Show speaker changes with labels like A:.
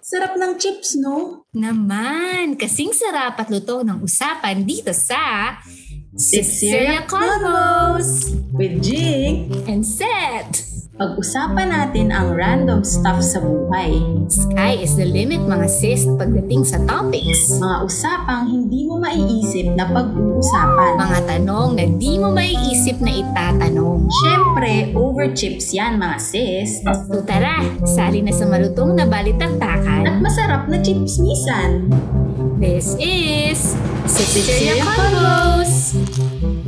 A: Sarap ng chips, no?
B: Naman, kasing sarap at luto ng usapan dito sa Cecilia Combos
A: With Jig,
B: and Set.
A: pag-usapan natin ang random stuff sa buhay.
B: Sky is the limit mga sis pagdating sa topics.
A: Mga usapang hindi mo maiisip na pag-uusapan.
B: Mga tanong na di mo maiisip na itatanong.
A: Siyempre, over chips yan mga sis.
B: So tara, sali na sa malutong na
A: At
B: balitaktakan.
A: masarap na chips nisan.
B: This is
A: Cecilia
B: Cecilia Combos!